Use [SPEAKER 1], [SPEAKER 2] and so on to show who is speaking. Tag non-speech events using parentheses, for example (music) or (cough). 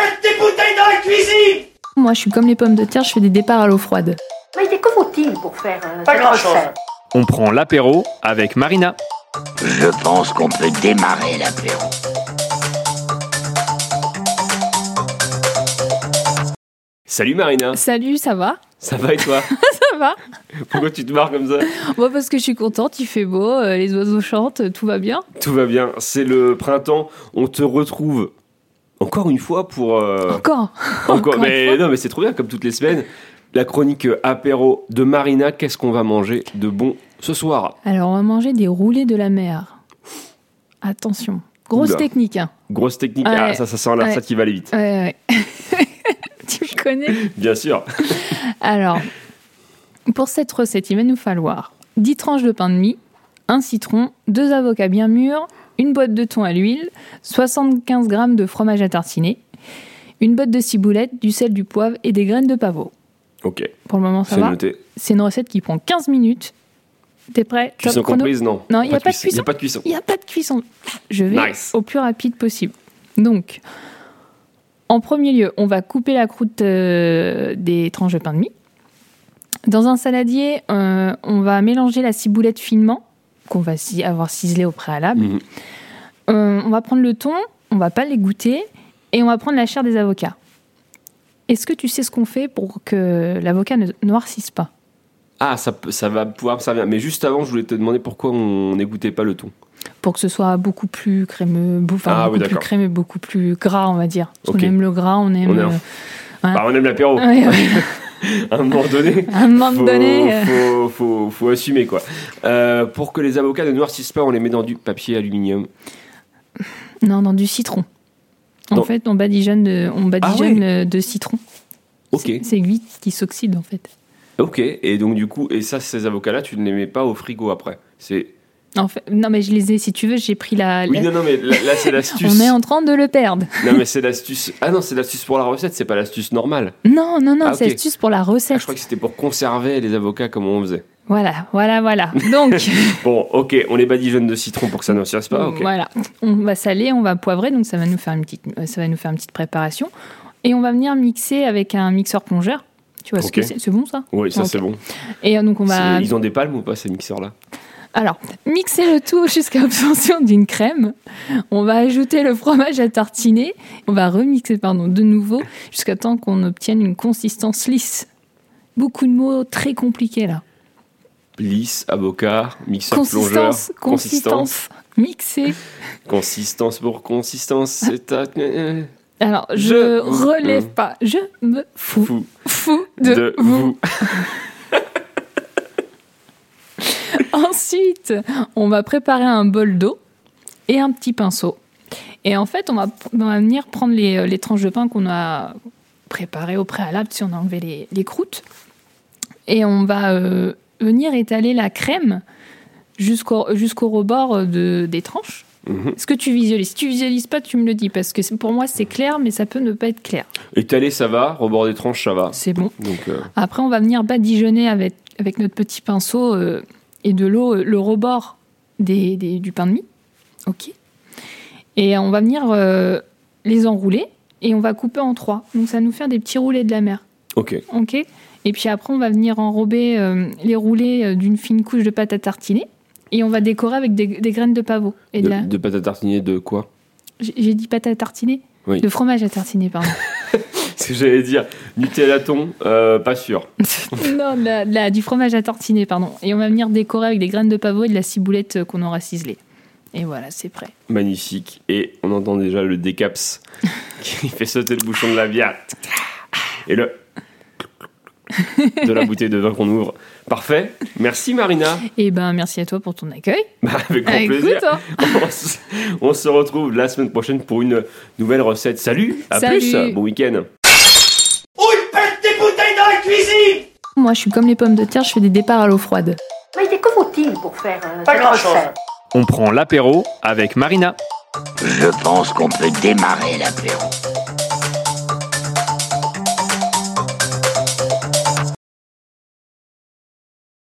[SPEAKER 1] allez dans la cuisine
[SPEAKER 2] Moi, je suis comme les pommes de terre, je fais des départs à l'eau froide.
[SPEAKER 3] Mais que faut-il pour faire euh,
[SPEAKER 1] Pas
[SPEAKER 3] cette
[SPEAKER 1] grand-chose.
[SPEAKER 3] recette
[SPEAKER 4] On prend l'apéro avec Marina.
[SPEAKER 5] Je pense qu'on peut démarrer l'apéro.
[SPEAKER 4] Salut Marina,
[SPEAKER 2] Salut, ça va (laughs)
[SPEAKER 4] ça va et toi
[SPEAKER 2] Ça va
[SPEAKER 4] Pourquoi tu te marres comme ça
[SPEAKER 2] Moi, parce que je suis contente, il fait beau, euh, les oiseaux chantent, euh, tout va bien.
[SPEAKER 4] Tout va bien, c'est le printemps, on te retrouve encore une fois pour... euh,
[SPEAKER 2] (laughs) Encore
[SPEAKER 4] encore,
[SPEAKER 2] une
[SPEAKER 4] mais non mais c'est trop bien comme toutes les semaines. La chronique euh, apéro de Marina, qu'est-ce qu'on va manger de bon ce soir
[SPEAKER 2] Alors, on va manger des roulés de la mer. Attention. Grosse
[SPEAKER 4] Oula.
[SPEAKER 2] technique. hein.
[SPEAKER 4] Grosse technique,
[SPEAKER 2] Ouais.
[SPEAKER 4] ah ça ça sent la
[SPEAKER 2] Ouais.
[SPEAKER 4] recette qui va aller vite.
[SPEAKER 2] Ouais, ouais. (laughs) tu me connais (laughs)
[SPEAKER 4] Bien sûr.
[SPEAKER 2] Alors, pour cette recette, il va nous falloir 10 tranches de pain de mie, un citron, deux avocats bien mûrs, une boîte de thon à l'huile, 75 g de fromage à tartiner, une boîte de ciboulette, du sel, du poivre et des graines de pavot.
[SPEAKER 4] Ok,
[SPEAKER 2] Pour le moment, ça
[SPEAKER 4] c'est
[SPEAKER 2] va.
[SPEAKER 4] noté.
[SPEAKER 2] C'est une recette qui prend 15 minutes. T'es prêt
[SPEAKER 4] Cuisson
[SPEAKER 2] Top chrono
[SPEAKER 4] comprise, non
[SPEAKER 2] Non, il y a pas de
[SPEAKER 4] Il n'y a pas de cuisson.
[SPEAKER 2] Il n'y a pas de cuisson. Je vais
[SPEAKER 4] Nice.
[SPEAKER 2] au plus rapide possible. Donc, en premier lieu, on va couper la croûte euh, des tranches de pain de mie. Dans un saladier, euh, on va mélanger la ciboulette finement, qu'on va ci- avoir ciselée au préalable.
[SPEAKER 4] Mhm.
[SPEAKER 2] Euh, on va prendre le thon, on va pas l'égoutter, et on va prendre la chair des avocats. Est-ce que tu sais ce qu'on fait pour que l'avocat ne noircisse pas
[SPEAKER 4] Ah, ça, peut- ça va pouvoir me servir. Mais juste avant, je voulais te demander pourquoi on n'écoutait pas le ton.
[SPEAKER 2] pour que ce soit beaucoup plus crémeux, beau- enfin,
[SPEAKER 4] Ah oui,
[SPEAKER 2] beaucoup plus
[SPEAKER 4] d'accord.
[SPEAKER 2] crémeux, beaucoup plus gras, on va dire. Parce
[SPEAKER 4] Ok.
[SPEAKER 2] qu'on aime le gras, on aime.
[SPEAKER 4] On est en-
[SPEAKER 2] euh,
[SPEAKER 4] Bah, on aime
[SPEAKER 2] (laughs)
[SPEAKER 4] l'apéro.
[SPEAKER 2] ouais, ouais.
[SPEAKER 4] (laughs) À un moment donné.
[SPEAKER 2] à un moment
[SPEAKER 4] faut,
[SPEAKER 2] donné. euh,
[SPEAKER 4] faut, faut- faut assumer quoi. Euh, pour que les avocats ne noircissent pas, on les met dans du papier aluminium.
[SPEAKER 2] Non, dans du citron. En
[SPEAKER 4] Dans-
[SPEAKER 2] fait, on badigeonne de, on badigeonne euh, de citron.
[SPEAKER 4] Ah Ok,
[SPEAKER 2] C'est- C'est huit qui s'oxyde en fait.
[SPEAKER 4] ok. Et donc du coup, et ça, ces avocats-là, tu ne les mets pas au frigo après. C'est.
[SPEAKER 2] En fait, non mais je les ai. Si tu veux, j'ai pris la.
[SPEAKER 4] Oui,
[SPEAKER 2] la-
[SPEAKER 4] non, non, mais là,
[SPEAKER 2] (laughs)
[SPEAKER 4] là, c'est l'astuce.
[SPEAKER 2] on est en train de le perdre.
[SPEAKER 4] Non, mais c'est l'astuce. Ah non, c'est l'astuce pour la recette. C'est pas l'astuce normale.
[SPEAKER 2] Non, non, non,
[SPEAKER 4] Ah,
[SPEAKER 2] c'est
[SPEAKER 4] ok.
[SPEAKER 2] astuce pour la
[SPEAKER 4] Ah,
[SPEAKER 2] recette.
[SPEAKER 4] je crois que c'était pour conserver les avocats comme on faisait.
[SPEAKER 2] Voilà, voilà, voilà.
[SPEAKER 4] (laughs)
[SPEAKER 2] Donc,
[SPEAKER 4] Bon, ok, on les badigeonne de citron pour que ça ne noircisse pas. Ah, Ok.
[SPEAKER 2] Voilà, on va saler, on va poivrer, donc ça va nous faire une petite, euh, ça va nous faire une petite préparation, et on va venir mixer avec un mixeur plongeur. Tu vois ce
[SPEAKER 4] Ok.
[SPEAKER 2] que c'est C'est bon ça
[SPEAKER 4] Oui, ça
[SPEAKER 2] Ok.
[SPEAKER 4] c'est bon.
[SPEAKER 2] Et euh, donc on va
[SPEAKER 4] C'est- Ils ont des palmes ou pas ces mixeurs-là
[SPEAKER 2] alors mixer le tout (laughs) jusqu'à l'obtention d'une crème. On va ajouter le fromage à tartiner. On va remixer pardon de nouveau jusqu'à temps qu'on obtienne une consistance lisse. Beaucoup de mots très compliqués là.
[SPEAKER 4] Lisse, avocat, mixeur plongeur.
[SPEAKER 2] Consistance, consistance, mixer.
[SPEAKER 4] Consistance pour
[SPEAKER 2] (laughs)
[SPEAKER 4] consistance, c'est à- euh,
[SPEAKER 2] Alors je,
[SPEAKER 4] Je-
[SPEAKER 2] relève
[SPEAKER 4] Mm.
[SPEAKER 2] pas, je me fous.
[SPEAKER 4] fou
[SPEAKER 2] fou
[SPEAKER 4] de,
[SPEAKER 2] de, vous.
[SPEAKER 4] vous.
[SPEAKER 2] (laughs) Ensuite, on va préparer un bol d'eau et un petit pinceau. Et en fait, on va, on va venir prendre les, les tranches de pain qu'on a préparées au préalable, si on a enlevé les, les croûtes. Et on va euh, venir étaler la crème jusqu'au jusqu'au rebord euh, de, des tranches.
[SPEAKER 4] Mhm.
[SPEAKER 2] Est-ce que tu visualises Si tu visualises pas, tu me le dis, parce que c'est- pour moi, c'est clair, mais ça peut ne pas être clair.
[SPEAKER 4] Étaler, ça va. Rebord des tranches, ça va.
[SPEAKER 2] C'est bon.
[SPEAKER 4] Donc, euh,
[SPEAKER 2] Après, on va venir badigeonner avec, avec notre petit pinceau euh, et de l'eau euh, le rebord des, des- du pain de mie. OK. Et on va venir euh, les enrouler et on va couper en trois. Donc, ça va nous faire des petits roulés de la mer.
[SPEAKER 4] ok.
[SPEAKER 2] OK. Et puis après, on va venir enrober euh, les roulés euh, d'une fine couche de pâte à tartiner. Et on va décorer avec des, des graines de pavot. Et de
[SPEAKER 4] De,
[SPEAKER 2] la-
[SPEAKER 4] de pâte à tartiner de quoi (laughs)
[SPEAKER 2] J'ai j'ai dit pâte à tartiner
[SPEAKER 4] Oui.
[SPEAKER 2] De fromage à tartiner, pardon.
[SPEAKER 4] Ce que j'allais dire. Nutella thon, euh, pas sûr.
[SPEAKER 2] non, de la- de la- du fromage à tartiner, pardon. Et on va venir décorer avec des graines de pavot et de la ciboulette euh, qu'on aura ciselée. Et voilà, c'est prêt.
[SPEAKER 4] Magnifique. Et on entend déjà
[SPEAKER 2] (laughs)
[SPEAKER 4] le décaps qui fait sauter le bouchon de la bière. Et le de la bouteille de vin qu'on ouvre. Parfait. Merci Marina. (laughs)
[SPEAKER 2] Et ben, merci à toi pour ton accueil. Ah, hein.
[SPEAKER 4] Bah, avec grand
[SPEAKER 2] Avec
[SPEAKER 4] plaisir.
[SPEAKER 2] toi.
[SPEAKER 4] on, se, (laughs) on se retrouve la semaine prochaine pour une nouvelle recette. Salut, à
[SPEAKER 2] Salut.
[SPEAKER 4] plus, bon week-end.
[SPEAKER 1] Ou il pète des bouteilles dans la cuisine
[SPEAKER 2] Moi, je suis comme les pommes de terre, je fais des départs à l'eau froide.
[SPEAKER 3] Mais que faut-il pour faire euh,
[SPEAKER 1] Pas
[SPEAKER 3] cette
[SPEAKER 1] grand-chose.
[SPEAKER 3] recette
[SPEAKER 6] On prend l'apéro avec Marina.
[SPEAKER 5] Je pense qu'on peut démarrer l'apéro.